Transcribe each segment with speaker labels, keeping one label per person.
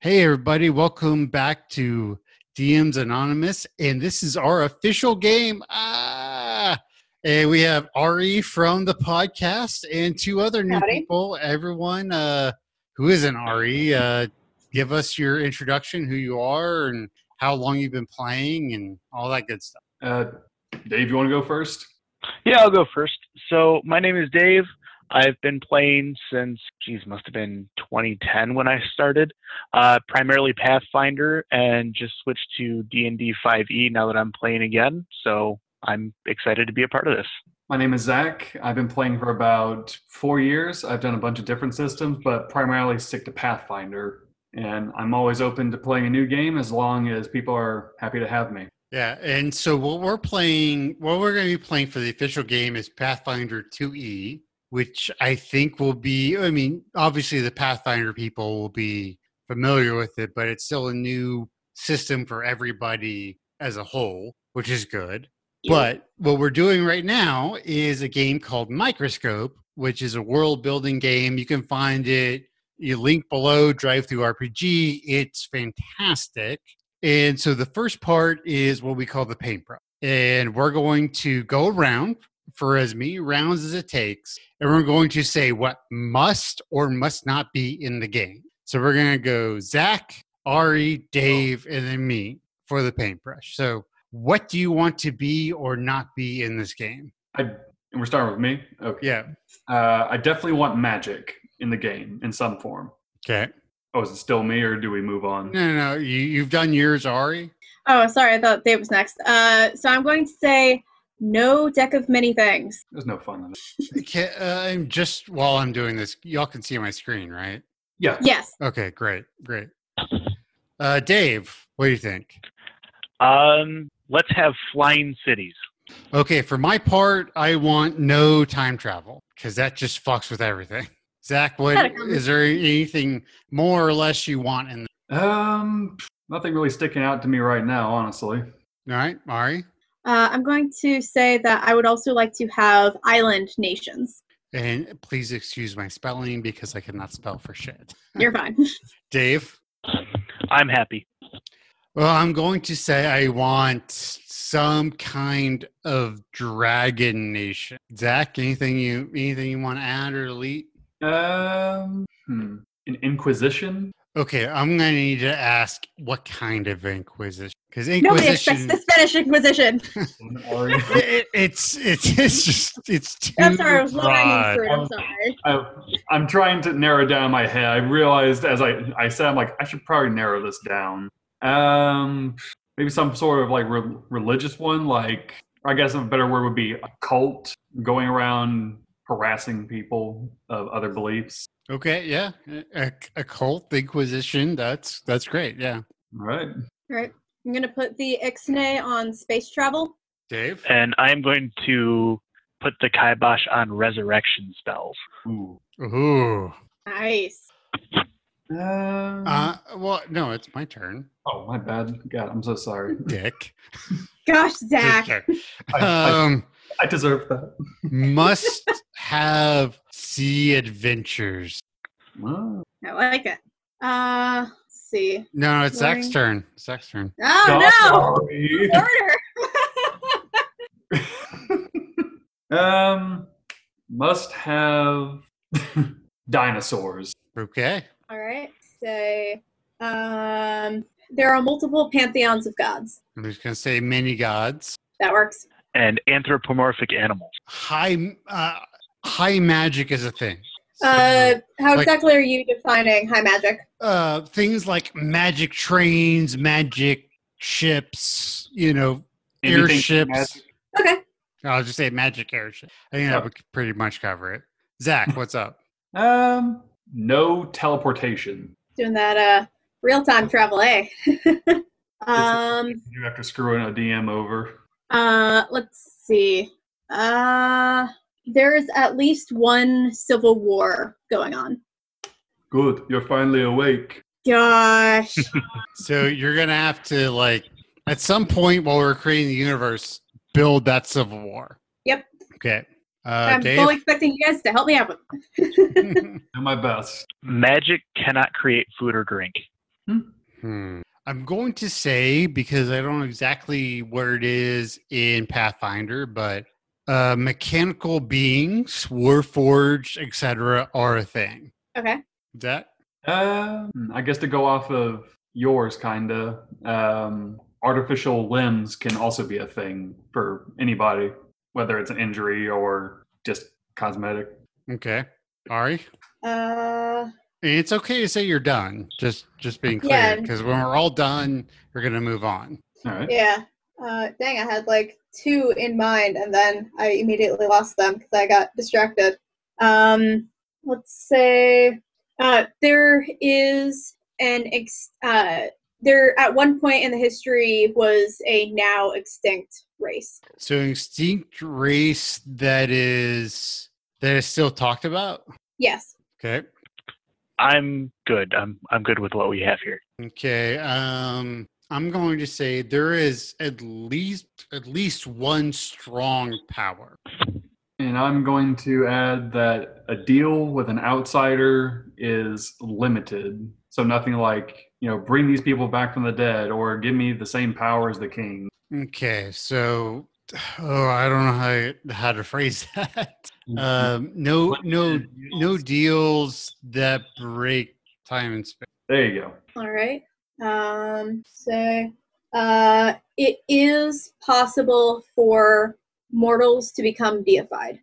Speaker 1: Hey, everybody, welcome back to DMs Anonymous, and this is our official game. Ah, and we have Ari from the podcast and two other new
Speaker 2: Howdy.
Speaker 1: people. Everyone uh, who is an Ari, uh, give us your introduction, who you are, and how long you've been playing, and all that good stuff.
Speaker 3: Uh, Dave, you want to go first?
Speaker 4: Yeah, I'll go first. So my name is Dave. I've been playing since, geez, must have been 2010 when I started. Uh, primarily Pathfinder, and just switched to D&D 5e E now that I'm playing again. So I'm excited to be a part of this.
Speaker 3: My name is Zach. I've been playing for about four years. I've done a bunch of different systems, but primarily stick to Pathfinder. And I'm always open to playing a new game as long as people are happy to have me.
Speaker 1: Yeah, and so what we're playing, what we're going to be playing for the official game is Pathfinder 2E, which I think will be, I mean, obviously the Pathfinder people will be familiar with it, but it's still a new system for everybody as a whole, which is good. But what we're doing right now is a game called Microscope, which is a world building game. You can find it, you link below, drive through RPG. It's fantastic. And so the first part is what we call the paint prep. And we're going to go around for as many rounds as it takes. And we're going to say what must or must not be in the game. So we're going to go Zach, Ari, Dave, and then me for the paintbrush. So what do you want to be or not be in this game?
Speaker 3: I, and we're starting with me. Okay.
Speaker 1: Yeah.
Speaker 3: Uh, I definitely want magic in the game in some form.
Speaker 1: Okay.
Speaker 3: Oh, is it still me or do we move on?
Speaker 1: No, no, no. You, you've done yours, Ari.
Speaker 2: Oh, sorry, I thought Dave was next. Uh, so I'm going to say no deck of many things.
Speaker 3: There's no fun in it.
Speaker 1: Okay, uh, I'm just while I'm doing this, y'all can see my screen, right?
Speaker 3: Yeah.
Speaker 2: Yes.
Speaker 1: Okay, great, great. Uh, Dave, what do you think?
Speaker 4: Um, let's have flying cities.
Speaker 1: Okay, for my part, I want no time travel because that just fucks with everything. Zach, what
Speaker 2: Gotta come.
Speaker 1: is there anything more or less you want in?
Speaker 3: Um, nothing really sticking out to me right now, honestly.
Speaker 1: The, all right, Ari,
Speaker 2: Uh, I'm going to say that I would also like to have island nations.
Speaker 1: and please excuse my spelling because I cannot spell for shit.
Speaker 2: You're fine.
Speaker 1: Dave,
Speaker 4: I'm happy.
Speaker 1: well, I'm going to say I want some kind of dragon nation. Zach, anything you anything you want to add or delete?
Speaker 3: Um, hmm. An Inquisition?
Speaker 1: Okay, I'm gonna need to ask what kind of inquisition because
Speaker 2: Nobody
Speaker 1: inquisition.
Speaker 2: expects the Spanish Inquisition.
Speaker 3: Or-
Speaker 1: it, it's it's it's just it's too
Speaker 2: I'm sorry, I was lying on
Speaker 1: broad.
Speaker 2: fruit. I'm sorry.
Speaker 3: I, I'm trying to narrow down my head. I realized as I, I said, I'm like, I should probably narrow this down. Um, maybe some sort of like re- religious one, like I guess a better word would be a cult going around harassing people of other beliefs.
Speaker 1: Okay, yeah, eh, a, a cult inquisition. That's that's great. Yeah,
Speaker 3: All right.
Speaker 2: All right. I'm going to put the Ixnay on space travel.
Speaker 1: Dave.
Speaker 4: And I'm going to put the kibosh on resurrection spells.
Speaker 3: Ooh.
Speaker 1: Ooh.
Speaker 2: Nice. Mm.
Speaker 3: Um,
Speaker 1: Uh, well, no, it's my turn.
Speaker 3: oh, my bad. God, I'm so sorry.
Speaker 1: Dick.
Speaker 2: Gosh, Zach.
Speaker 3: I, I,
Speaker 1: Um,
Speaker 3: I deserve that.
Speaker 1: must have sea adventures.
Speaker 3: Oh.
Speaker 2: I like it. Uh, let's see.
Speaker 1: No, it's Zach's
Speaker 2: Sorry.
Speaker 1: turn. Zach's turn.
Speaker 2: Oh,
Speaker 3: Sorry.
Speaker 2: no! Order!
Speaker 3: um, must have dinosaurs.
Speaker 1: Okay.
Speaker 2: All right. Say, um, there are multiple pantheons of gods.
Speaker 1: I'm just gonna say many gods.
Speaker 2: That works.
Speaker 4: And anthropomorphic animals.
Speaker 1: High uh, high magic is a thing. So-
Speaker 2: Uh, how
Speaker 1: Like-
Speaker 2: exactly are you defining high magic?
Speaker 1: uh things like magic trains, magic ships, you know,
Speaker 3: Anything
Speaker 1: airships.
Speaker 3: magic? Oh.
Speaker 2: Okay.
Speaker 1: I'll just say magic airship. I think that would pretty much cover it. Zach, what's up?
Speaker 3: Um, no teleportation.
Speaker 2: Doing that uh, real time travel, eh? um,
Speaker 3: You have to screw in a DM over.
Speaker 2: uh, let's see. Uh, there is at least one civil war going on.
Speaker 3: Good, you're finally awake.
Speaker 2: Gosh.
Speaker 1: Uh, So you're gonna have to like at some point while we're creating the universe, build that civil war.
Speaker 2: Yep.
Speaker 1: Okay. Uh,
Speaker 2: I'm
Speaker 1: Dave.
Speaker 2: fully expecting you guys to help me out with
Speaker 3: Do my best.
Speaker 4: Magic cannot create food or drink.
Speaker 1: Hmm. I'm going to say because I don't know exactly where it is in Pathfinder, but uh, mechanical beings, warforged, etc., are a thing.
Speaker 2: Okay.
Speaker 1: Is that
Speaker 3: Um, I guess to go off of yours, kinda. Um, artificial limbs can also be a thing for anybody, whether it's an injury or just cosmetic.
Speaker 1: okay? Ari,
Speaker 2: Uh,
Speaker 1: and it's okay to say you're done. Just just being clear,
Speaker 2: Yeah.
Speaker 1: because when we're all done, we're gonna move on.
Speaker 3: All right.
Speaker 2: yeah. Uh, dang, I had like two in mind, and then I immediately lost them because I got distracted. Um, let's say uh, there is an ex- uh, there at one point in the history was a now extinct race.
Speaker 1: So an extinct race that is that is still talked about.
Speaker 2: Yes.
Speaker 1: Okay.
Speaker 4: I'm good. I'm I'm good with what we have here.
Speaker 1: Okay. Um I'm going to say there is at least at least one strong power.
Speaker 3: And I'm going to add that a deal with an outsider is limited. So nothing like, you know, bring these people back from the dead or give me the same power as the king.
Speaker 1: Okay. So oh, I don't know how how to phrase that. Um no no no deals that break time and space.
Speaker 3: There you go.
Speaker 2: All right. Um, so uh, it is possible for mortals to become deified.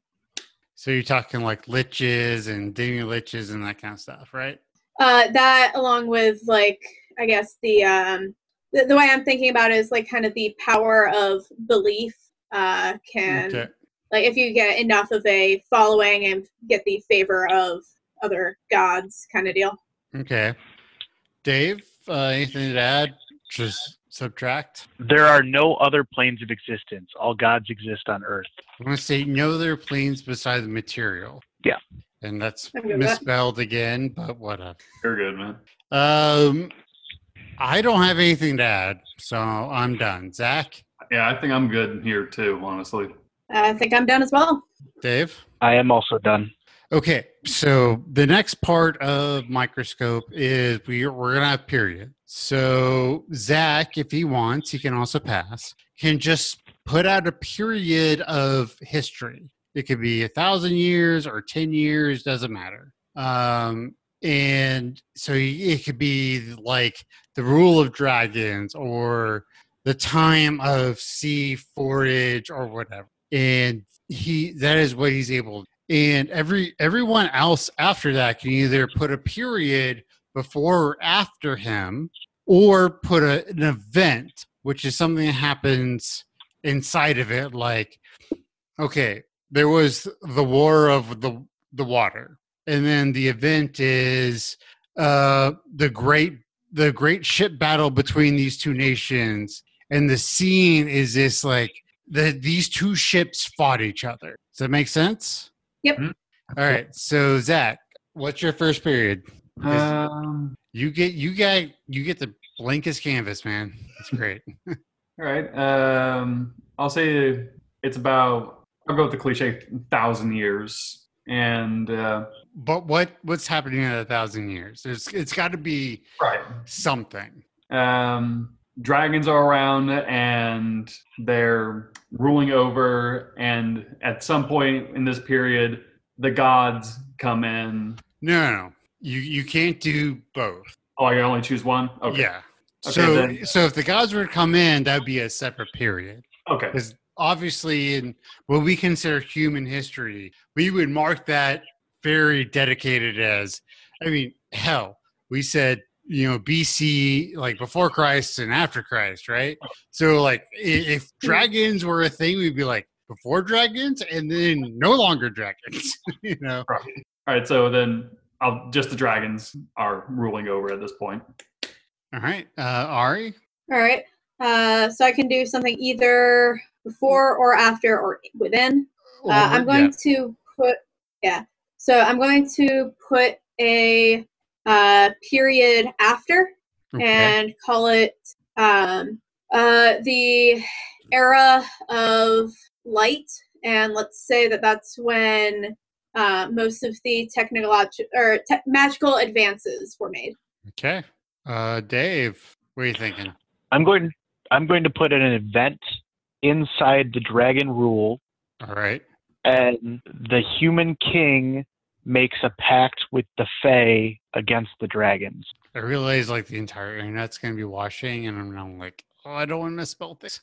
Speaker 1: So you're talking like liches and demi liches and that kind of stuff, right?
Speaker 2: Uh, that, along with like, I guess the um, the, the way I'm thinking about it is like kind of the power of belief uh, can
Speaker 1: Okay.
Speaker 2: like if you get enough of a following and get the favor of other gods, kind of deal.
Speaker 1: Okay. Dave, uh, anything to add? Just subtract.
Speaker 4: There are no other planes of existence. All gods exist on Earth.
Speaker 1: I'm gonna say no other planes beside the material.
Speaker 4: Yeah.
Speaker 1: And that's
Speaker 2: I'm good with that.
Speaker 1: misspelled again, but whatever.
Speaker 3: You're good, man.
Speaker 1: Um I don't have anything to add, so I'm done. Zach,
Speaker 3: Yeah, I think I'm good here too, honestly.
Speaker 2: uh, I think I'm done as well.
Speaker 1: Dave?
Speaker 4: I am also done.
Speaker 1: Okay, so the next part of microscope is we we're gonna have period. So Zach, if he wants, he can also pass. Can just put out a period of history. It could be a thousand years or ten years, doesn't matter. Um, and so it could be like the rule of dragons or the time of sea forage or whatever. And he that is what he's able to and every everyone else after that can either put a period before or after him or put a, an event which is something that happens inside of it like okay there was the war of the the water and then the event is uh the great the great ship battle between these two nations and the scene is this like the these two ships fought each other does that make sense all right. So Zach, what's your first period?
Speaker 3: Um,
Speaker 1: You get you get you get the blankest canvas, man. That's great.
Speaker 3: all right. Um, I'll say it's about, I'll go with the cliche, thousand years. And, uh,
Speaker 1: but what what's happening in a thousand years? There's it's got to be
Speaker 3: right.
Speaker 1: something.
Speaker 3: um, dragons are around and they're ruling over and at some point in this period the gods come in
Speaker 1: No, no, no. you you can't do both.
Speaker 3: oh i can only choose one okay
Speaker 1: Yeah.
Speaker 3: Okay,
Speaker 1: so
Speaker 3: then.
Speaker 1: so if the gods were to come in, that would be a separate period.
Speaker 3: okay
Speaker 1: Because obviously, in what we consider human history, we would mark that very dedicated as, I mean, hell, we said, you know, BC, like before Christ and after Christ, right? So, like, i- if dragons were a thing, we'd be like, before dragons and then no longer dragons, you know?
Speaker 3: all right so then I'll, just the dragons are ruling over at this point
Speaker 1: All right. Uh, Ari?
Speaker 2: All right. Uh, so I can do something either before or after or within.
Speaker 1: Or-
Speaker 2: Uh, I'm going
Speaker 1: Uh-huh. yeah.
Speaker 2: to put yeah. So I'm going to put a uh, period after
Speaker 1: Okay.
Speaker 2: and call it um, uh, the era of light. And let's say that that's when uh, most of the technological or te- magical advances were made.
Speaker 1: okay. Uh, Dave, what are you thinking?
Speaker 4: I'm going. I'm going to put in an event inside the dragon rule,
Speaker 1: All right.
Speaker 4: and the human king makes a pact with the fae against the dragons.
Speaker 1: I realize like the entire internet's gonna be watching, and I'm, I'm like, oh, I don't want to misspell things.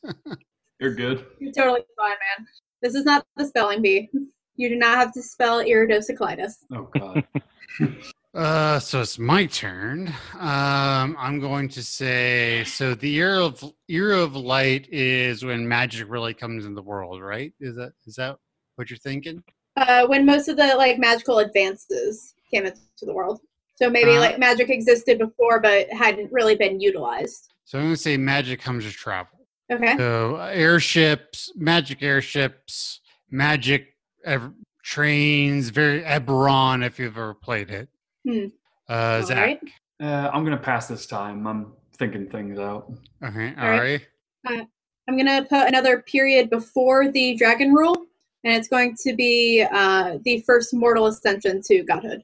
Speaker 3: You're good.
Speaker 2: You're totally fine, man. This is not the spelling bee. You do not have to spell iridocyclitis.
Speaker 3: Oh god.
Speaker 1: Uh, so it's my turn. Um, I'm going to say so. The year of year of light is when magic really comes in the world, right? Is that is that what you're thinking?
Speaker 2: Uh, when most of the like magical advances came into the world. So maybe
Speaker 1: Uh-huh.
Speaker 2: like magic existed before, but hadn't really been utilized.
Speaker 1: So I'm going to say magic comes with travel.
Speaker 2: Okay.
Speaker 1: So uh, airships, magic airships, magic ev- trains, very Eberron if you've ever played it.
Speaker 2: Hmm.
Speaker 1: Uh, Zach.
Speaker 2: Alright.
Speaker 3: Uh, I'm gonna pass this time. I'm thinking things out.
Speaker 1: Okay, all
Speaker 2: All right.
Speaker 1: right.
Speaker 2: I'm gonna put another period before the dragon rule, and it's going to be uh, the first mortal ascension to godhood.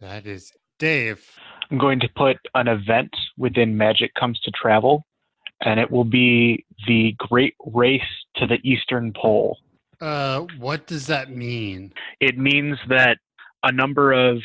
Speaker 1: That is Dave.
Speaker 4: I'm going to put an event within Magic Comes to Travel, and it will be the Great Race to the Eastern Pole.
Speaker 1: Uh, what does that mean?
Speaker 4: It means that a number of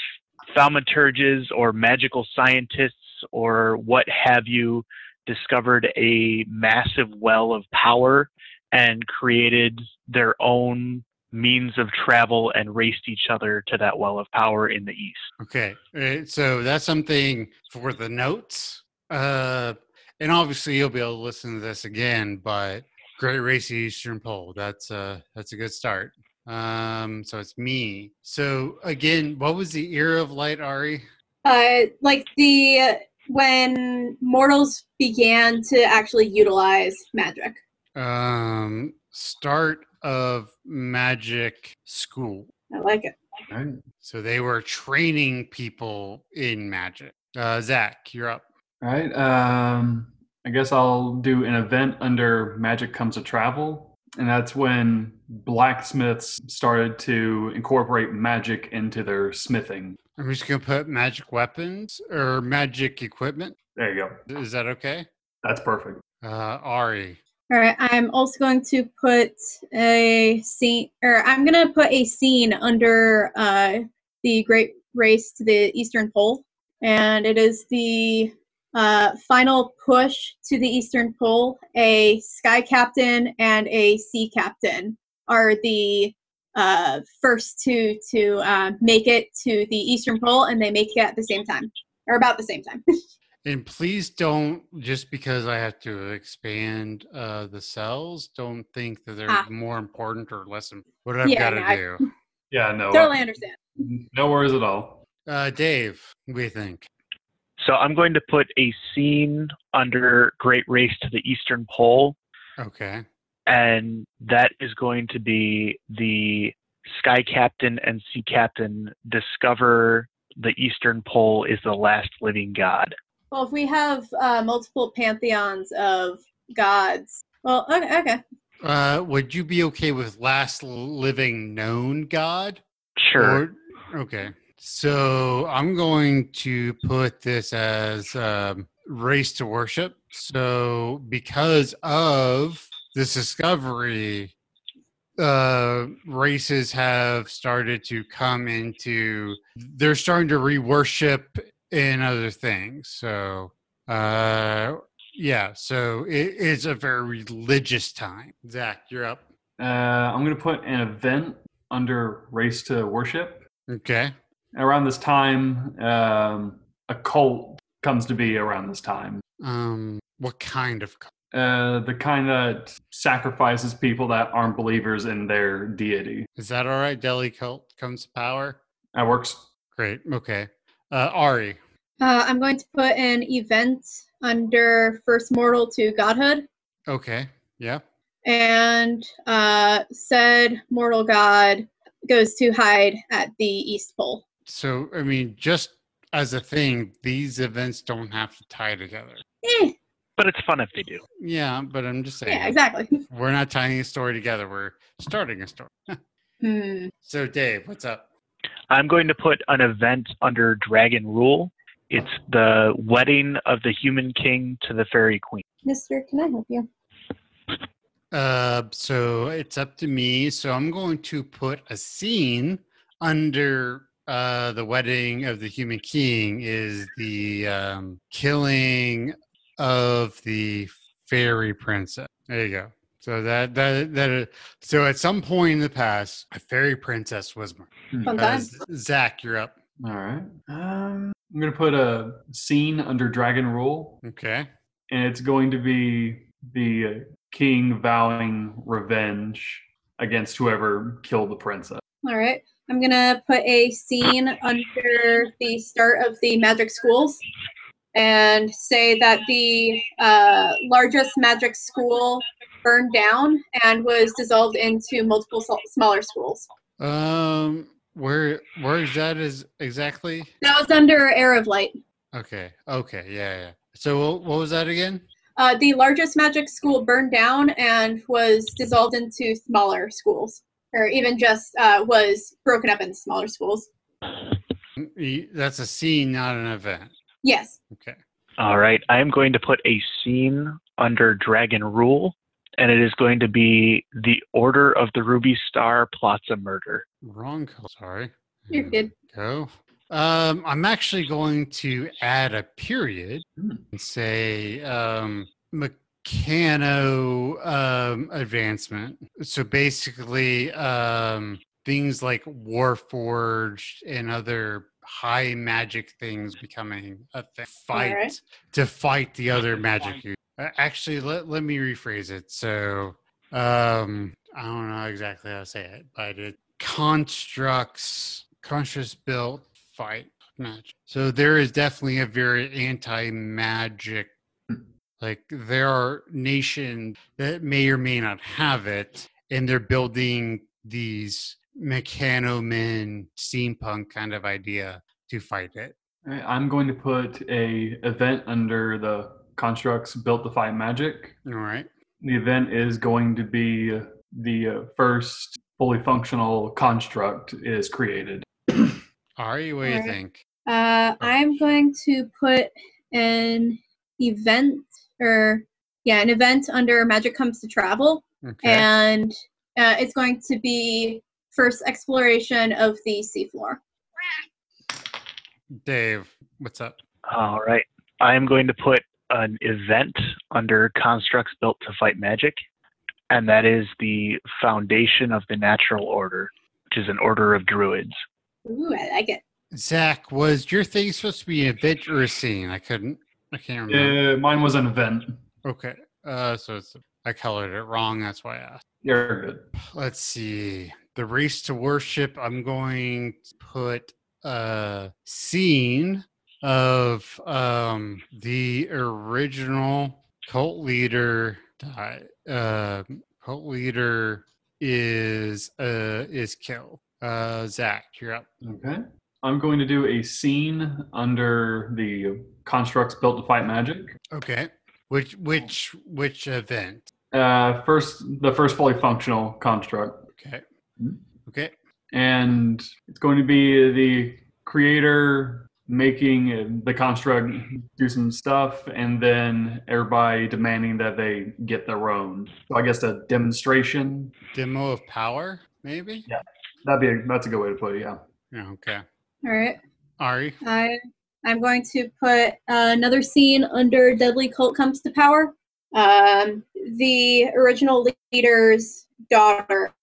Speaker 4: thaumaturges or magical scientists or what have you discovered a massive well of power and created their own means of travel and raced each other to that well of power in the east.
Speaker 1: Okay, uh, so that's something for the notes. Uh, and obviously you'll be able to listen to this again. But great race at Eastern Pole. That's uh that's a good start. Um, so it's me. So again, what was the era of light, Ari?
Speaker 2: Uh, like the when mortals began to actually utilize magic.
Speaker 1: Um, start of magic school.
Speaker 2: I like it.
Speaker 3: Alright.
Speaker 1: So they were training people in magic. Uh, Zach, you're up.
Speaker 3: All right. Um, I guess I'll do an event under Magic Comes to Travel. And that's when blacksmiths started to incorporate magic into their smithing.
Speaker 1: I'm just gonna put magic weapons or magic equipment.
Speaker 3: There you go.
Speaker 1: Is that okay?
Speaker 3: That's perfect.
Speaker 1: Uh, Ari.
Speaker 2: All right, I'm also going to put a scene, or I'm going to put a scene under uh, the Great Race to the Eastern Pole, and it is the uh, final push to the Eastern Pole. A sky captain and a sea captain are the uh, first two to uh, make it to the Eastern Pole, and they make it at the same time, or about the same time.
Speaker 1: And please don't just because I have to expand uh, the cells. Don't think that they're
Speaker 2: Ah.
Speaker 1: more important or less. Important. What I've
Speaker 2: Yeah,
Speaker 1: got to
Speaker 2: no, I-
Speaker 1: do.
Speaker 3: Yeah, no. uh,
Speaker 2: totally understand.
Speaker 3: No worries at all.
Speaker 1: Uh, Dave, what do you think?
Speaker 4: So I'm going to put a scene under Great Race to the Eastern Pole
Speaker 1: Okay.
Speaker 4: and that is going to be the sky captain and sea captain discover the eastern pole is the last living god
Speaker 2: Well, if we have uh, multiple pantheons of gods, well, okay, okay.
Speaker 1: Uh, would you be okay with last living known god?
Speaker 4: sure
Speaker 1: Or- okay. So I'm going to put this as um, race to worship. So because of this discovery, uh, races have started to come into, they're starting to re worship in other things. So, uh, yeah, so it is a very religious time. Zach, you're up.
Speaker 3: Uh, I'm going to put an event under Race to Worship.
Speaker 1: Okay.
Speaker 3: Around this time, um, a cult comes to be around this time.
Speaker 1: Um, what kind of
Speaker 3: Uh, the kind that sacrifices people that aren't believers in their deity.
Speaker 1: Is that all right? Delhi cult comes to power.
Speaker 3: That works.
Speaker 1: Great. Okay. Uh, Ari.
Speaker 2: Uh, I'm going to put an event under First Mortal to Godhood,
Speaker 1: Okay. Yeah.
Speaker 2: and uh, said mortal god goes to hide at the East Pole.
Speaker 1: So, I mean, just as a thing, these events don't have to tie together.
Speaker 2: Eh,
Speaker 4: but it's fun if they do
Speaker 1: Yeah, but I'm just saying,
Speaker 2: yeah, exactly.
Speaker 1: we're not tying a story together. We're starting a story.
Speaker 2: Hmm.
Speaker 1: So, Dave, what's up?
Speaker 4: i'm going to put an event under dragon rule It's the wedding of the human king to the fairy queen.
Speaker 2: Mister, can I help you?
Speaker 1: Uh, so it's up to me. So I'm going to put a scene under uh, the wedding of the human king is the um, killing of the fairy princess. There you go. So that that that so at some point in the past, a fairy princess was murdered.
Speaker 2: Fun
Speaker 1: Uh,
Speaker 2: time.
Speaker 1: Z- Zach, you're up.
Speaker 3: All right. Um, I'm going to put a scene under Dragon Rule,
Speaker 1: Okay.
Speaker 3: and it's going to be the uh, king vowing revenge against whoever killed the princess.
Speaker 2: All right. I'm gonna put a scene under the start of the magic schools, and say that the uh, largest magic school burned down and was dissolved into multiple so- smaller schools.
Speaker 1: Um, where where is that is exactly?
Speaker 2: That was under Air of Light.
Speaker 1: Okay. Okay. Yeah. Yeah. So wha- what was that again?
Speaker 2: Uh, the largest magic school burned down and was dissolved into smaller schools, or even just uh, was broken up into smaller schools.
Speaker 1: Mm, Y- That's a scene, not an event.
Speaker 2: Yes.
Speaker 1: Okay.
Speaker 4: All right. I am going to put a scene under Dragon Rule, and it is going to be the Order of the Ruby Star plots a murder.
Speaker 1: Wrong color. Sorry. There we
Speaker 2: You're good.
Speaker 1: Go. Um, I'm actually going to add a period
Speaker 3: Hmm.
Speaker 1: and say um, mechano um, advancement. So basically, um, things like Warforged and other high magic things becoming a th- fight
Speaker 2: Alright.
Speaker 1: to fight the other magic. u- Uh, Actually, let, let me rephrase it. So um, I don't know exactly how to say it, but it constructs conscious built fight magic. So there is definitely a very anti magic. Like there are nations that may or may not have it, and they're building these mechanomen steampunk kind of idea to fight it.
Speaker 3: All right, I'm going to put a event under the constructs built to fight magic.
Speaker 1: All right.
Speaker 3: The event is going to be the uh, first fully functional construct is created.
Speaker 1: Ari, what do you
Speaker 2: Alright.
Speaker 1: think?
Speaker 2: Uh, I'm going to put an event or yeah, an event under Magic Comes to Travel,
Speaker 1: Okay.
Speaker 2: and uh, it's going to be first exploration of the seafloor.
Speaker 1: Dave, what's up?
Speaker 4: All right. I am going to put an event under constructs built to fight magic, and that is the foundation of the natural order, which is an order of druids.
Speaker 2: Ooh, I like it.
Speaker 1: Zach, was your thing supposed to be an event or a scene? I couldn't. I can't remember.
Speaker 3: Uh, mine was an event.
Speaker 1: Okay. Uh, so it's, I colored it wrong. That's why I asked.
Speaker 3: You're good.
Speaker 1: Let's see. The race to worship. I'm going to put a scene of um, the original cult leader. die- Uh, cult leader is uh, is killed. Uh, Zach, you're up.
Speaker 3: Okay. I'm going to do a scene under the constructs built to fight magic.
Speaker 1: Okay. Which which which event?
Speaker 3: Uh, first, the first fully functional construct,
Speaker 1: Okay.
Speaker 3: Hmm.
Speaker 1: Okay.
Speaker 3: and it's going to be the creator making the construct do some stuff, and then everybody demanding that they get their own. So I guess a demonstration.
Speaker 1: Demo of power, maybe?
Speaker 3: That'd be a, that's a good way to put it. Yeah.
Speaker 1: Yeah, okay.
Speaker 2: All right,
Speaker 1: Ari.
Speaker 2: I I'm going to put uh, another scene under Deadly Cult Comes to Power. Um, the original leader's daughter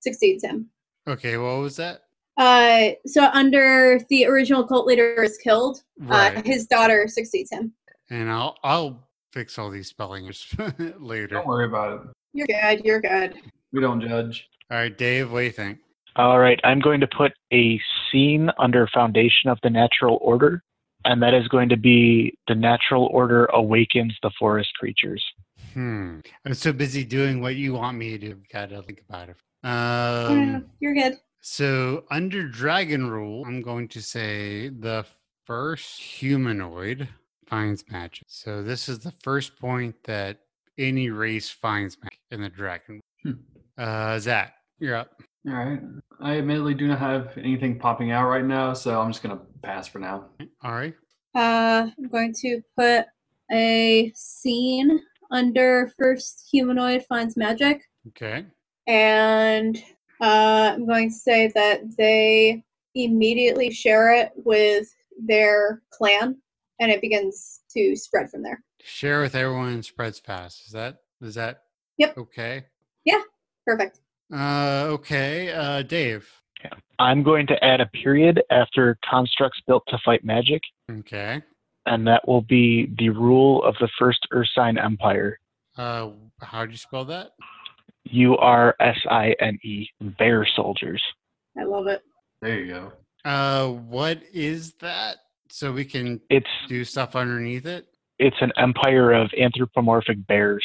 Speaker 2: succeeds him.
Speaker 1: Okay, what was that?
Speaker 2: Uh, so under the original cult leader is killed.
Speaker 1: Right.
Speaker 2: Uh, his daughter succeeds him.
Speaker 1: and I'll I'll fix all these spellings later.
Speaker 3: Don't
Speaker 1: All
Speaker 3: worry about it.
Speaker 2: You're good. You're good.
Speaker 3: We don't judge.
Speaker 1: right, Dave, what do you think?
Speaker 4: All right, I'm going to put a scene under Foundation of the Natural Order, and that is going to be the Natural Order awakens the forest creatures.
Speaker 1: Hmm. I'm so busy doing what you want me to do. Gotta think about it.
Speaker 2: Yeah,
Speaker 1: Um
Speaker 2: You're good.
Speaker 1: so under dragon rule, I'm going to say the first humanoid finds magic. So this is the first point that any race finds magic in the dragon.
Speaker 3: Hmm.
Speaker 1: Uh Zach, you're up.
Speaker 3: All right. I admittedly do not have anything popping out right now, so I'm just gonna pass for now.
Speaker 1: All right.
Speaker 2: Uh, I'm going to put a scene under first humanoid finds magic,
Speaker 1: Okay.
Speaker 2: and uh, I'm going to say that they immediately share it with their clan, and it begins to spread from there.
Speaker 1: Share with everyone and spreads fast. Is that is that
Speaker 2: Yep.
Speaker 1: okay?
Speaker 2: Perfect.
Speaker 1: Uh okay. Uh Dave.
Speaker 4: I'm going to add a period after constructs built to fight magic,
Speaker 1: Okay.
Speaker 4: and that will be the rule of the first Ursine Empire.
Speaker 1: Uh how do you spell that?
Speaker 4: U R S I N E, bear soldiers.
Speaker 2: I love it.
Speaker 3: There you go.
Speaker 1: Uh what is that? So we can
Speaker 4: It's
Speaker 1: do stuff underneath it.
Speaker 4: it's an empire of anthropomorphic bears.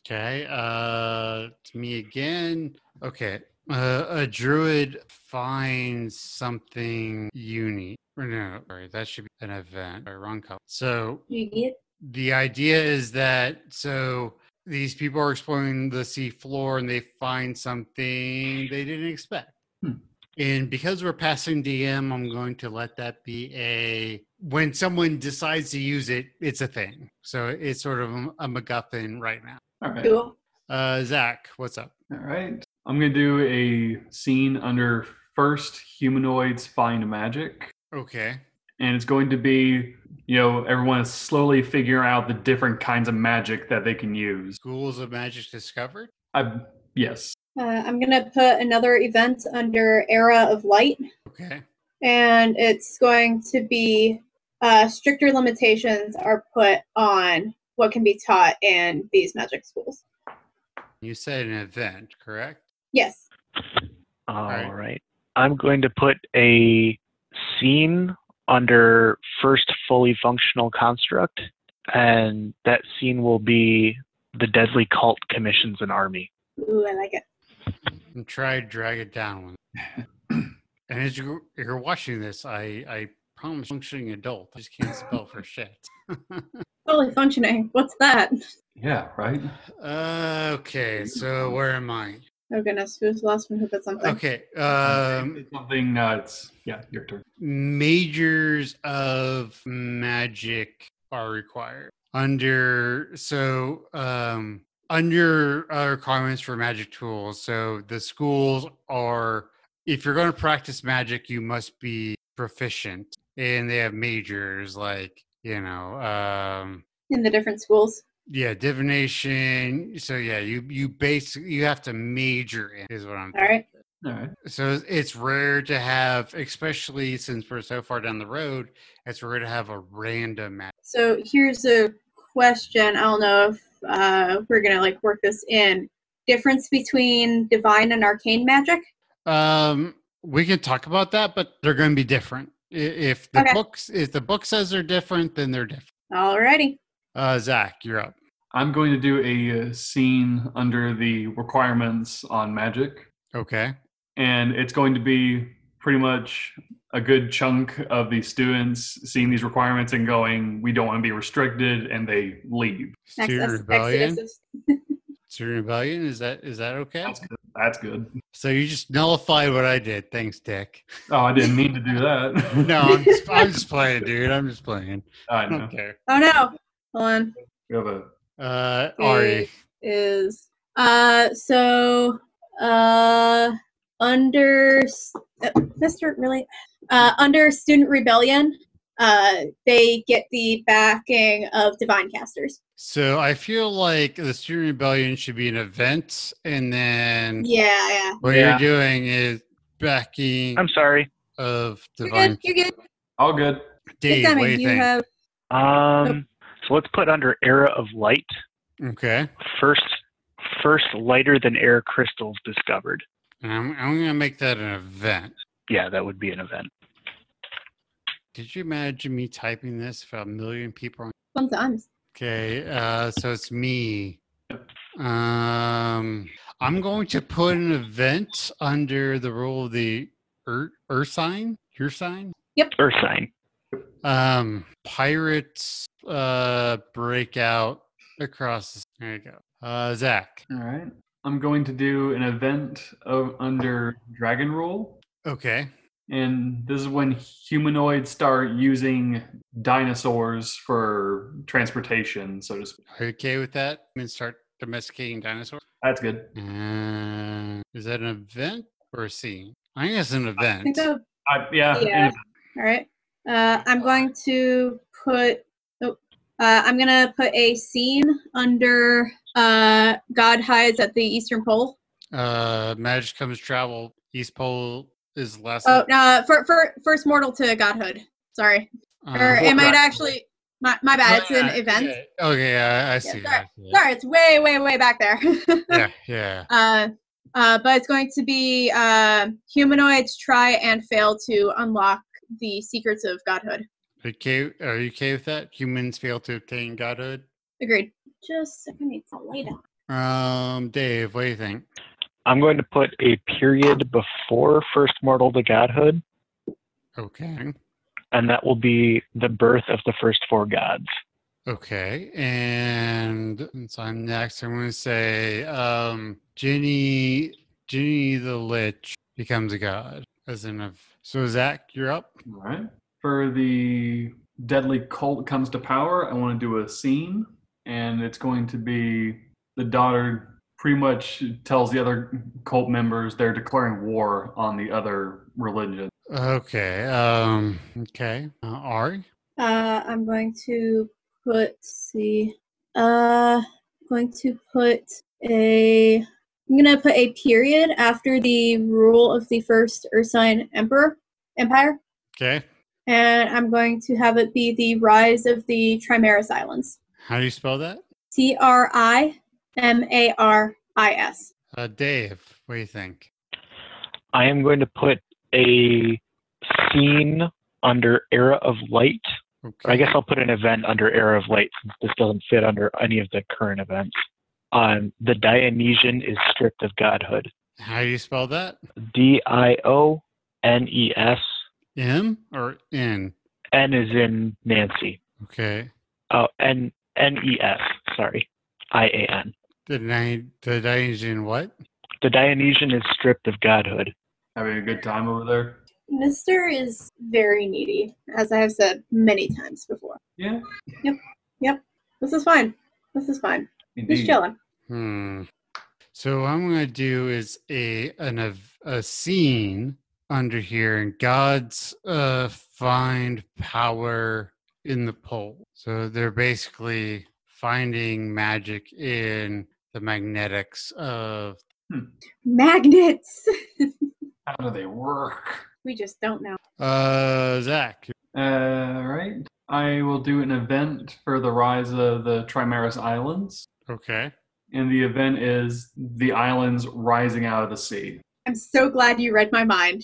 Speaker 1: Okay. Uh, to me again. Okay. Uh, a druid finds something unique. Or no, sorry, that should be an event. Sorry, wrong color. So
Speaker 2: You get
Speaker 1: the idea is that so these people are exploring the sea floor and they find something they didn't expect.
Speaker 3: Hmm.
Speaker 1: And because we're passing DM, I'm going to let that be a when someone decides to use it, it's a thing. So it's sort of a MacGuffin right now.
Speaker 3: All right.
Speaker 2: cool.
Speaker 1: Uh, Zach, what's up?
Speaker 3: All right. I'm going to do a scene under first humanoids find magic.
Speaker 1: Okay.
Speaker 3: and it's going to be you know everyone is slowly figuring out the different kinds of magic that they can use
Speaker 1: Schools of Magic discovered.
Speaker 3: i yes
Speaker 2: Uh, I'm going to put another event under Era of Light,
Speaker 1: Okay.
Speaker 2: and it's going to be uh, stricter limitations are put on what can be taught in these magic schools.
Speaker 1: You said an event, correct?
Speaker 2: Yes.
Speaker 4: All
Speaker 1: right.
Speaker 4: right. I'm going to put a scene under first fully functional construct, and that scene will be the deadly cult commissions an army.
Speaker 2: Ooh, I like it.
Speaker 1: And try to drag it down. One. and as you, you're watching this, I, I promise functioning adult. I just can't spell for shit.
Speaker 2: Fully functioning. What's that?
Speaker 3: yeah right
Speaker 1: Uh, okay. So where am I?
Speaker 2: Oh, goodness. Who's the last one who put something?
Speaker 1: Okay. Um,
Speaker 3: It's something uh, it's yeah your turn
Speaker 1: majors of magic are required under so um under uh, requirements for magic tools so the schools are if you're going to practice magic you must be proficient and they have majors like you know um
Speaker 2: In the different schools.
Speaker 1: yeah divination so yeah you you basically you have to major in is what i'm
Speaker 2: All right.
Speaker 3: all right
Speaker 1: so it's rare to have, especially since we're so far down the road, it's rare to have a random match.
Speaker 2: So here's a question. I don't know if uh, we're going to like work this in. Difference between divine and arcane magic?
Speaker 1: Um, we can talk about that, but they're going to be different. I- If the
Speaker 2: Okay.
Speaker 1: books, if the book says they're different, then they're different.
Speaker 2: Alrighty.
Speaker 1: Uh, Zach, you're up.
Speaker 3: i'm going to do a uh, scene under the requirements on magic
Speaker 1: Okay.
Speaker 3: and it's going to be pretty much a good chunk of the students seeing these requirements and going we don't want to be restricted and they leave
Speaker 1: Student
Speaker 2: Exodus-
Speaker 1: rebellion.
Speaker 2: Exodus is-
Speaker 1: Student rebellion. Is that is that okay?
Speaker 3: that's good that's good
Speaker 1: So you just nullified what I did. Thanks, Dick.
Speaker 3: oh i didn't mean to do that
Speaker 1: No, I'm just, I'm just playing, dude. I'm just playing.
Speaker 3: i know
Speaker 1: Okay.
Speaker 2: Oh no. Hold on.
Speaker 3: you have a
Speaker 1: Uh, Ari.
Speaker 2: Is uh so uh under s- uh, Mr. really uh under student rebellion uh they get the backing of divine casters.
Speaker 1: So I feel like the student rebellion should be an event, and then
Speaker 2: Yeah, yeah.
Speaker 1: what
Speaker 3: Yeah.
Speaker 1: you're doing is backing
Speaker 4: I'm sorry.
Speaker 1: of
Speaker 2: You're
Speaker 1: divine.
Speaker 2: good. You're good.
Speaker 3: all good
Speaker 1: Dave,
Speaker 2: Good
Speaker 1: what do
Speaker 2: timing.
Speaker 1: you
Speaker 2: You
Speaker 1: think?
Speaker 2: have
Speaker 4: Um, so let's put under era of light
Speaker 1: okay,
Speaker 4: first first lighter than air crystals discovered.
Speaker 1: and I'm I'm gonna make that an event.
Speaker 4: Yeah, that would be an event.
Speaker 1: Could you imagine me typing this for a million people? on-
Speaker 2: fun times.
Speaker 1: Okay, uh, so it's me. Um, I'm going to put an event under the rule of the Ur, Ur sign, your sign.
Speaker 4: Earth sign.
Speaker 1: Um, pirates uh break out across. The, there you go. Uh, Zach.
Speaker 3: All right. I'm going to do an event of, under Dragon Rule,
Speaker 1: Okay.
Speaker 3: and this is when humanoids start using dinosaurs for transportation. So just
Speaker 1: Are you okay with that? And start domesticating dinosaurs?
Speaker 3: that's good.
Speaker 1: Uh, is that an event or a scene? I think that's an
Speaker 2: I
Speaker 1: event.
Speaker 2: think that
Speaker 3: I, yeah, and
Speaker 2: Yeah. All right. Uh, I'm going to put. Oh, uh, I'm gonna put a scene under uh, God hides at the Eastern Pole.
Speaker 1: Uh, magic comes travel. East Pole is last.
Speaker 2: Oh, uh, for, for first mortal to godhood. Sorry,
Speaker 1: Uh,
Speaker 2: or it might
Speaker 3: right.
Speaker 2: actually. My, my bad. Oh, It's an
Speaker 1: yeah,
Speaker 2: event.
Speaker 1: yeah. Okay, I, I see.
Speaker 2: sorry,
Speaker 1: that. Yeah,
Speaker 2: Sorry, it's way way way back there.
Speaker 1: yeah, yeah.
Speaker 2: uh, uh, but it's going to be uh, humanoids try and fail to unlock the secrets of godhood.
Speaker 1: Okay, are you okay with that? Humans fail to obtain godhood.
Speaker 2: Agreed. Just I need to lay down.
Speaker 1: Um, Dave, what do you think?
Speaker 4: I'm going to put a period before first mortal to godhood,
Speaker 1: Okay,
Speaker 4: and that will be the birth of the first four gods.
Speaker 1: okay, and since I'm next, I'm going to say, um, Ginny, Ginny the Lich becomes a god as an of. So Zach, you're up.
Speaker 3: All right. For the deadly cult comes to power, I want to do a scene, and it's going to be the daughter pretty much tells the other cult members they're declaring war on the other religion.
Speaker 1: Okay, um, okay, uh, Ari.
Speaker 2: Uh, I'm going to put see. Uh, going to put a. I'm gonna put a period after the rule of the first Ursine Emperor Empire,
Speaker 1: Okay,
Speaker 2: and I'm going to have it be the rise of the Trimaris Islands.
Speaker 1: how do you spell that?
Speaker 2: T R I M A R I S.
Speaker 1: Uh, Dave, what do you think?
Speaker 4: I am going to put a scene under Era of Light.
Speaker 1: Okay,
Speaker 4: I guess I'll put an event under Era of Light since this doesn't fit under any of the current events. Um, the Dionysian is stripped of godhood.
Speaker 1: how do you spell that?
Speaker 4: D I O N E S.
Speaker 1: M or N?
Speaker 4: N is in Nancy.
Speaker 1: Okay.
Speaker 4: Oh, N N E S. Sorry, I A N.
Speaker 1: The nine, the Dionysian what?
Speaker 4: The Dionysian is stripped of godhood.
Speaker 3: Having a good time over there.
Speaker 2: Mister is very needy, as I have said many times before.
Speaker 3: Yeah,
Speaker 2: This is fine. This is fine. He's
Speaker 3: indeed.
Speaker 2: chilling.
Speaker 1: Hmm. So what I'm gonna do is a an ev- a scene under here and God's uh find power in the pole. So they're basically finding magic in the magnetics of
Speaker 2: Magnets.
Speaker 3: How do they work?
Speaker 2: we just don't know.
Speaker 1: uh Zach.
Speaker 3: All right. I will do an event for the rise of the Trimaris Islands,
Speaker 1: Okay.
Speaker 3: and the event is the islands rising out of the sea.
Speaker 2: I'm so glad you read my mind.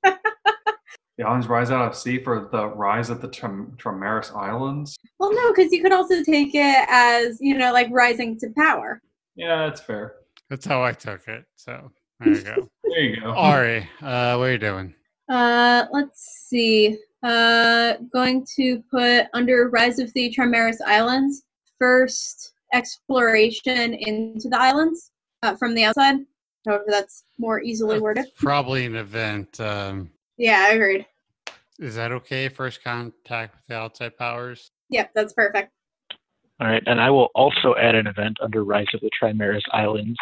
Speaker 3: The islands rise out of sea for the rise of the Trim- Trimaris Islands.
Speaker 2: Well, no, because you could also take it as, you know, like rising to power.
Speaker 3: Yeah, that's fair.
Speaker 1: That's how I took it. So there you go.
Speaker 3: There you go.
Speaker 1: Ari, uh what are you doing?
Speaker 2: Uh, let's see. Uh, going to put under Rise of the Trimaris Islands, first exploration into the islands uh, from the outside. However, that's more easily worded.
Speaker 1: It's probably an event. Um
Speaker 2: Yeah, agreed.
Speaker 1: Is that okay? First contact with the outside powers.
Speaker 2: Yep, that's perfect.
Speaker 4: All right, and I will also add an event under Rise of the Trimaris Islands,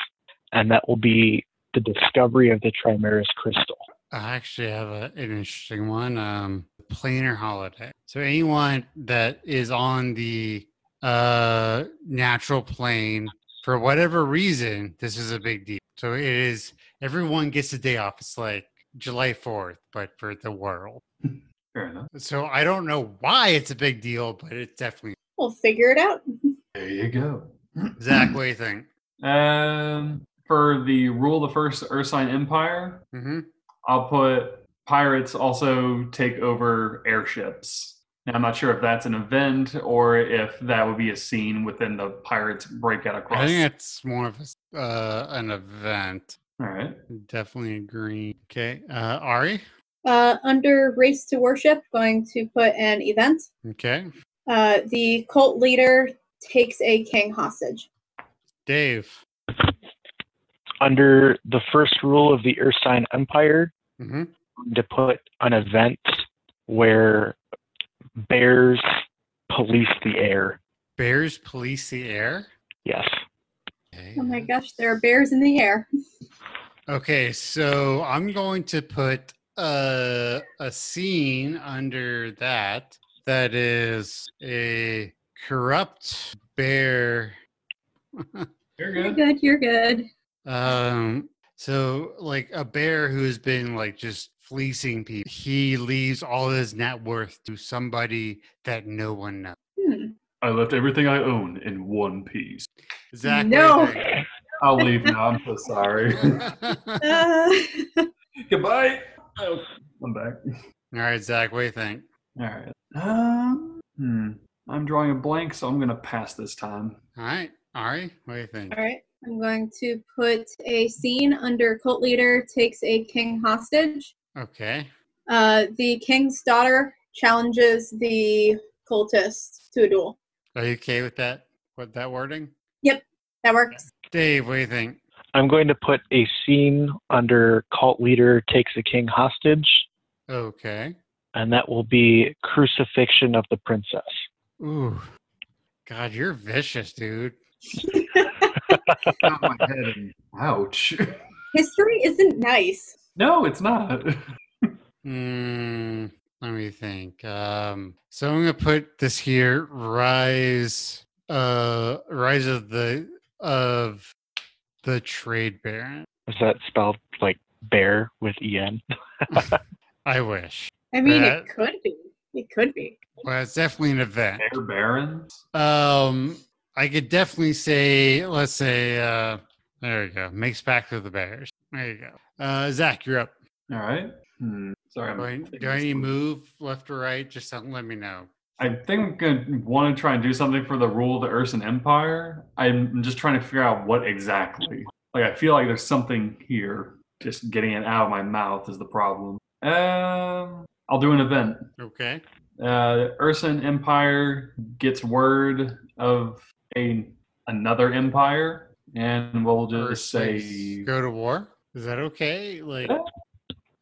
Speaker 4: and that will be the discovery of the Trimaris crystal.
Speaker 1: I actually have a, an interesting one. Um, planar holiday. So anyone that is on the uh, natural plane for whatever reason, this is a big deal. So it is. Everyone gets a day off. It's like July Fourth, but for the world.
Speaker 3: Fair enough.
Speaker 1: So I don't know why it's a big deal, but it's definitely
Speaker 2: We'll figure it out.
Speaker 3: There you go.
Speaker 1: Zach. What do you think?
Speaker 3: Um, for the rule of the first Ursine Empire,
Speaker 1: hmm
Speaker 3: I'll put pirates also take over airships. Now, I'm not sure if that's an event or if that would be a scene within the pirates breakout across.
Speaker 1: I think it's more of a, s- uh, an event.
Speaker 3: All right.
Speaker 1: Definitely agree. Okay, uh, Ari.
Speaker 2: Uh, under Race to Worship, going to put an event.
Speaker 1: Okay,
Speaker 2: Uh, the cult leader takes a king hostage.
Speaker 1: Dave.
Speaker 4: Under the first rule of the Ursine Empire,
Speaker 1: hmm
Speaker 4: to put an event where bears police the air.
Speaker 1: Bears police the air.
Speaker 4: Yes.
Speaker 1: Okay.
Speaker 2: Oh my gosh, there are bears in the air.
Speaker 1: Okay, so I'm going to put a a scene under that that is a corrupt bear.
Speaker 3: You're
Speaker 2: You're
Speaker 3: good.
Speaker 2: good. You're good.
Speaker 1: Um, so like a bear who has been like just fleecing people. He leaves all his net worth to somebody that no one knows.
Speaker 2: Hmm.
Speaker 3: I left everything I own in one piece.
Speaker 1: Exactly.
Speaker 2: No.
Speaker 3: I'll leave now. I'm so sorry.
Speaker 1: all
Speaker 2: Uh,
Speaker 3: Goodbye. Oh, I'm back.
Speaker 1: right, Zach. What do you think?
Speaker 3: All right. Um, hmm. I'm drawing a blank, so I'm gonna pass this time.
Speaker 1: All right, Ari. What do you think?
Speaker 2: all right. I'm going to put a scene under cult leader takes a king hostage.
Speaker 1: Okay.
Speaker 2: Uh, the king's daughter challenges the cultist to a duel.
Speaker 1: Are you okay with that? With that wording?
Speaker 2: That works.
Speaker 1: Dave, what do you think?
Speaker 4: I'm going to put a scene under cult leader takes a king hostage,
Speaker 1: Okay.
Speaker 4: and that will be crucifixion of the princess.
Speaker 1: Ooh. God, you're vicious, dude.
Speaker 3: Got my head in. Ouch.
Speaker 2: History isn't nice.
Speaker 3: No, it's not.
Speaker 1: Mm, let me think. Um, so I'm gonna put this here: rise, uh, rise of the of the trade baron.
Speaker 4: Is that spelled like bear with E en?
Speaker 1: I wish.
Speaker 2: I mean,
Speaker 1: That-
Speaker 2: it could be. It could be.
Speaker 1: Well, it's definitely an event.
Speaker 3: Air barons.
Speaker 1: Um, I could definitely say, let's say, uh, there we go. Makes back to the Bears. There you go. Uh, Zach, you're up.
Speaker 3: All right. Hmm. Sorry. I'm
Speaker 1: Do I, do I need to move left or right? Just don't let me know.
Speaker 3: I think I'm gonna want to try and do something for the rule of the Urson Empire. I'm just trying to figure out what exactly. Like I feel like there's something here. Just getting it out of my mouth is the problem. Um, I'll do an event.
Speaker 1: Okay.
Speaker 3: Uh, Urson Empire gets word of a another empire, and we'll just
Speaker 1: First, let's
Speaker 3: say
Speaker 1: go to war. Is that okay? Like,
Speaker 3: Yeah.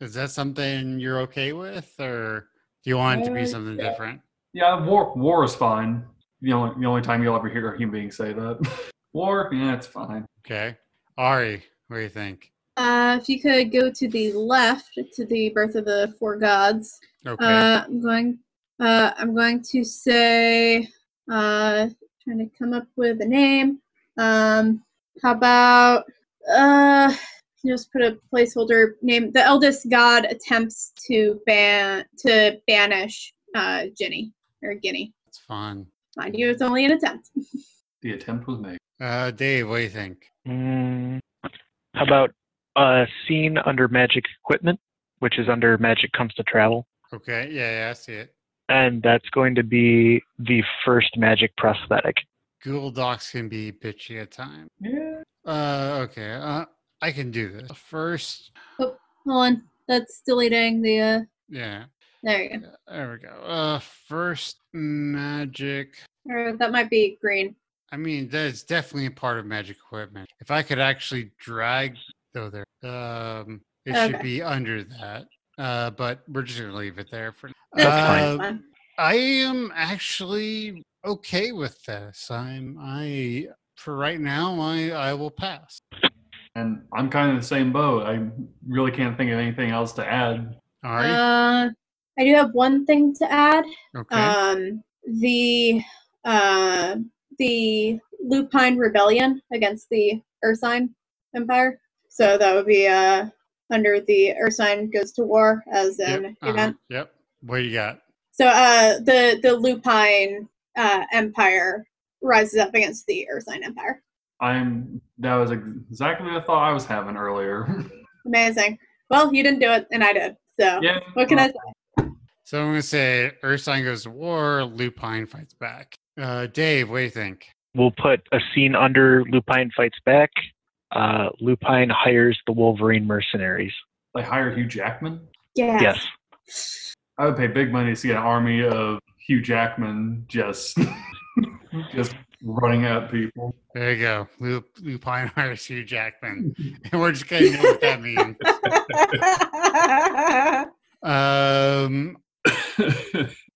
Speaker 1: is that something you're okay with, or do you want it to be
Speaker 3: Uh,
Speaker 1: something
Speaker 3: yeah.
Speaker 1: different?
Speaker 3: Yeah, war war is fine. The only the only time you'll ever hear a human being say that. war, yeah, it's fine.
Speaker 1: Okay. Ari, what do you think?
Speaker 2: Uh, if you could go to the left to the birth of the four gods.
Speaker 1: Okay.
Speaker 2: Uh, I'm going. Uh, I'm going to say. Uh, trying to come up with a name. Um, how about? Uh, just put a placeholder name. The eldest god attempts to ban to banish uh, Ginny or Guinea.
Speaker 1: That's fun.
Speaker 2: Mind you, it's only an attempt.
Speaker 3: The attempt was made.
Speaker 1: Uh, Dave, what do you think?
Speaker 4: Mm, how about a scene under magic equipment, which is under magic comes to travel,
Speaker 1: Okay. Yeah, yeah, I see it.
Speaker 4: and that's going to be the first magic prosthetic.
Speaker 1: Google Docs can be bitchy at times.
Speaker 3: Yeah.
Speaker 1: Uh, okay. Uh, I can do this. First,
Speaker 2: Hold on. That's deleting the. Uh,
Speaker 1: yeah,
Speaker 2: there you go.
Speaker 1: there we go. Uh, first magic.
Speaker 2: Or that might be green.
Speaker 1: I mean, that is definitely a part of magic equipment. If I could actually drag though there, um, it should
Speaker 2: Okay.
Speaker 1: be under that. Uh, but we're just gonna leave it there for.
Speaker 2: That's fine.
Speaker 1: Uh,
Speaker 2: Fine.
Speaker 1: I am actually okay with this. I'm I for right now. I I will pass.
Speaker 3: And I'm kind of in the same boat. I really can't think of anything else to add.
Speaker 1: All right.
Speaker 2: Uh, I do have one thing to add.
Speaker 1: okay.
Speaker 2: Um, the uh, the Lupine Rebellion against the Ursine Empire. So that would be uh, under the Ursine goes to war as an
Speaker 1: yep. uh-huh,
Speaker 2: event.
Speaker 1: yep. What do you got?
Speaker 2: So uh, the the Lupine uh, Empire rises up against the Ursine Empire.
Speaker 3: I'm that was exactly the thought I was having earlier.
Speaker 2: Amazing. Well, you didn't do it, and I did. So
Speaker 3: yeah.
Speaker 2: what can I say?
Speaker 1: So I'm gonna say Ursine goes to war, Lupine fights back. Uh Dave, what do you think?
Speaker 4: We'll put a scene under Lupine fights back. Uh, Lupine hires the Wolverine mercenaries.
Speaker 3: They hired Hugh Jackman.
Speaker 2: Yeah.
Speaker 4: Yes.
Speaker 3: I would pay big money to see an army of Hugh Jackman just just running at people.
Speaker 1: There you go. Lup- Lupine hires Hugh Jackman. And we're just gonna know what that means. Um,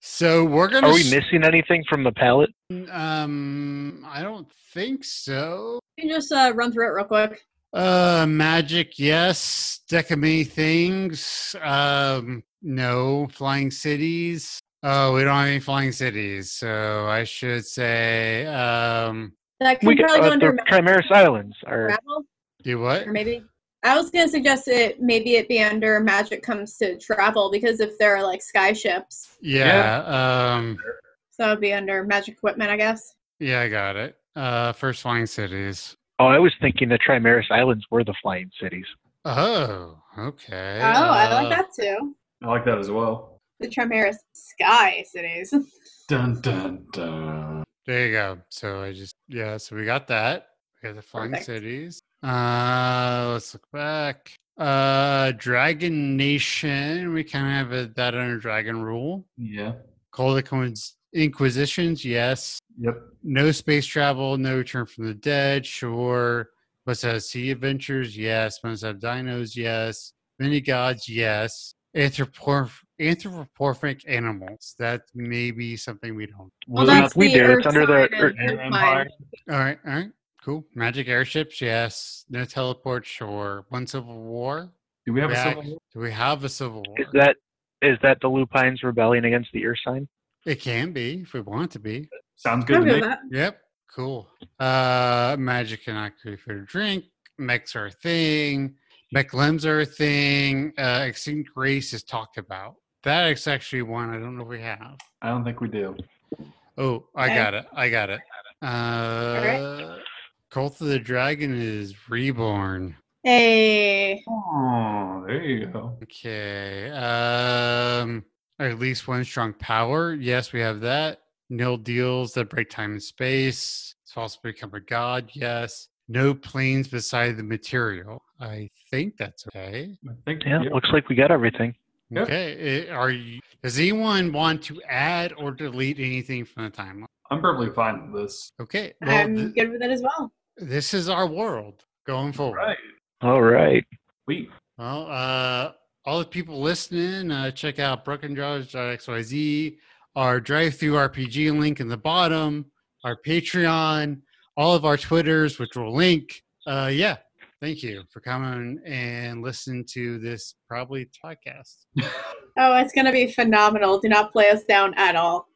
Speaker 1: so we're gonna.
Speaker 4: Are we
Speaker 1: s-
Speaker 4: missing anything from the palette?
Speaker 1: Um, I don't think so.
Speaker 5: You can just uh, run through it real quick.
Speaker 1: Uh, magic, yes. Deck of many things. Um, no. Flying cities. Oh, we don't have any flying cities, so I should say, um,
Speaker 5: That could
Speaker 4: We could,
Speaker 5: probably go
Speaker 4: uh,
Speaker 5: under
Speaker 4: the Chimeras Islands are
Speaker 5: travel,
Speaker 1: do what?
Speaker 5: or maybe. I was gonna suggest it. Maybe it be under magic comes to travel because if there are like sky ships,
Speaker 1: Yeah, um,
Speaker 5: so that would be under magic equipment, I guess.
Speaker 1: yeah, I got it. Uh, first flying cities.
Speaker 4: Oh, I was thinking the Trimaris Islands were the flying cities.
Speaker 1: Oh, okay.
Speaker 5: Oh, I
Speaker 1: uh,
Speaker 5: like that too.
Speaker 3: I like that as well.
Speaker 5: The Tremaris Sky cities.
Speaker 3: Dun dun dun.
Speaker 1: There you go. So I just yeah, so we got that. We got the flying
Speaker 5: Perfect.
Speaker 1: cities. Uh let's look back. Uh Dragon Nation. We kinda have a, that under Dragon Rule.
Speaker 3: Yeah.
Speaker 1: Call the Coins Inquisitions, yes.
Speaker 3: Yep.
Speaker 1: No space travel, no return from the dead, sure. Must have sea adventures, yes. Must have dinos, yes. Mini gods, yes. Anthropomorph- anthropomorphic animals. That may be something we don't
Speaker 5: Well,
Speaker 4: We-
Speaker 5: that's
Speaker 4: we
Speaker 5: the
Speaker 4: did.
Speaker 5: Earth
Speaker 4: It's under the
Speaker 5: side of
Speaker 4: Earth-
Speaker 5: the
Speaker 3: Air
Speaker 5: mind.
Speaker 3: Empire.
Speaker 1: All right, all right, cool. Magic airships, yes. No teleport, sure. One civil war.
Speaker 3: Do we have a
Speaker 1: Yeah.
Speaker 3: civil war?
Speaker 1: Do we have a civil war?
Speaker 4: Is that is that the Lupines rebelling against the Earth sign?
Speaker 1: it can be if we want it to be.
Speaker 3: Sounds good
Speaker 5: I'm
Speaker 3: to
Speaker 5: good
Speaker 3: me.
Speaker 5: with that.
Speaker 1: Yep, cool. Uh, magic cannot create food or drink. Mechs are a thing. Mech limbs are a thing. Uh, extinct race is talked about. That is actually one I don't know if we have.
Speaker 3: I don't think we do.
Speaker 1: Oh, I
Speaker 5: Okay.
Speaker 1: got it. I got it. Uh, Cult of the Dragon is reborn.
Speaker 5: Hey,
Speaker 3: Oh, there you go.
Speaker 1: Okay. Um, or at least one strong power. Yes, we have that. Nil deals that break time and space. It's also become a god. Yes. No planes beside the material. I think that's okay.
Speaker 3: I think
Speaker 4: Yeah,
Speaker 3: yeah.
Speaker 4: looks like we got everything.
Speaker 3: Yeah.
Speaker 1: Okay. eh, are you, does anyone want to add or delete anything from the timeline?
Speaker 3: I'm perfectly fine with this.
Speaker 1: Okay. Well,
Speaker 5: I'm
Speaker 2: Um
Speaker 1: th-
Speaker 5: good with that as well.
Speaker 1: this is our world going forward.
Speaker 3: Right.
Speaker 4: All right.
Speaker 3: Sweet.
Speaker 1: Well, uh, all the people listening, uh, check out brokenjars.xyz, our drive through RPG link in the bottom, our Patreon, all of our Twitters, which will link. Uh, yeah, thank you for coming and listening to this probably podcast.
Speaker 5: Oh, it's gonna be phenomenal. Do not play us down at all.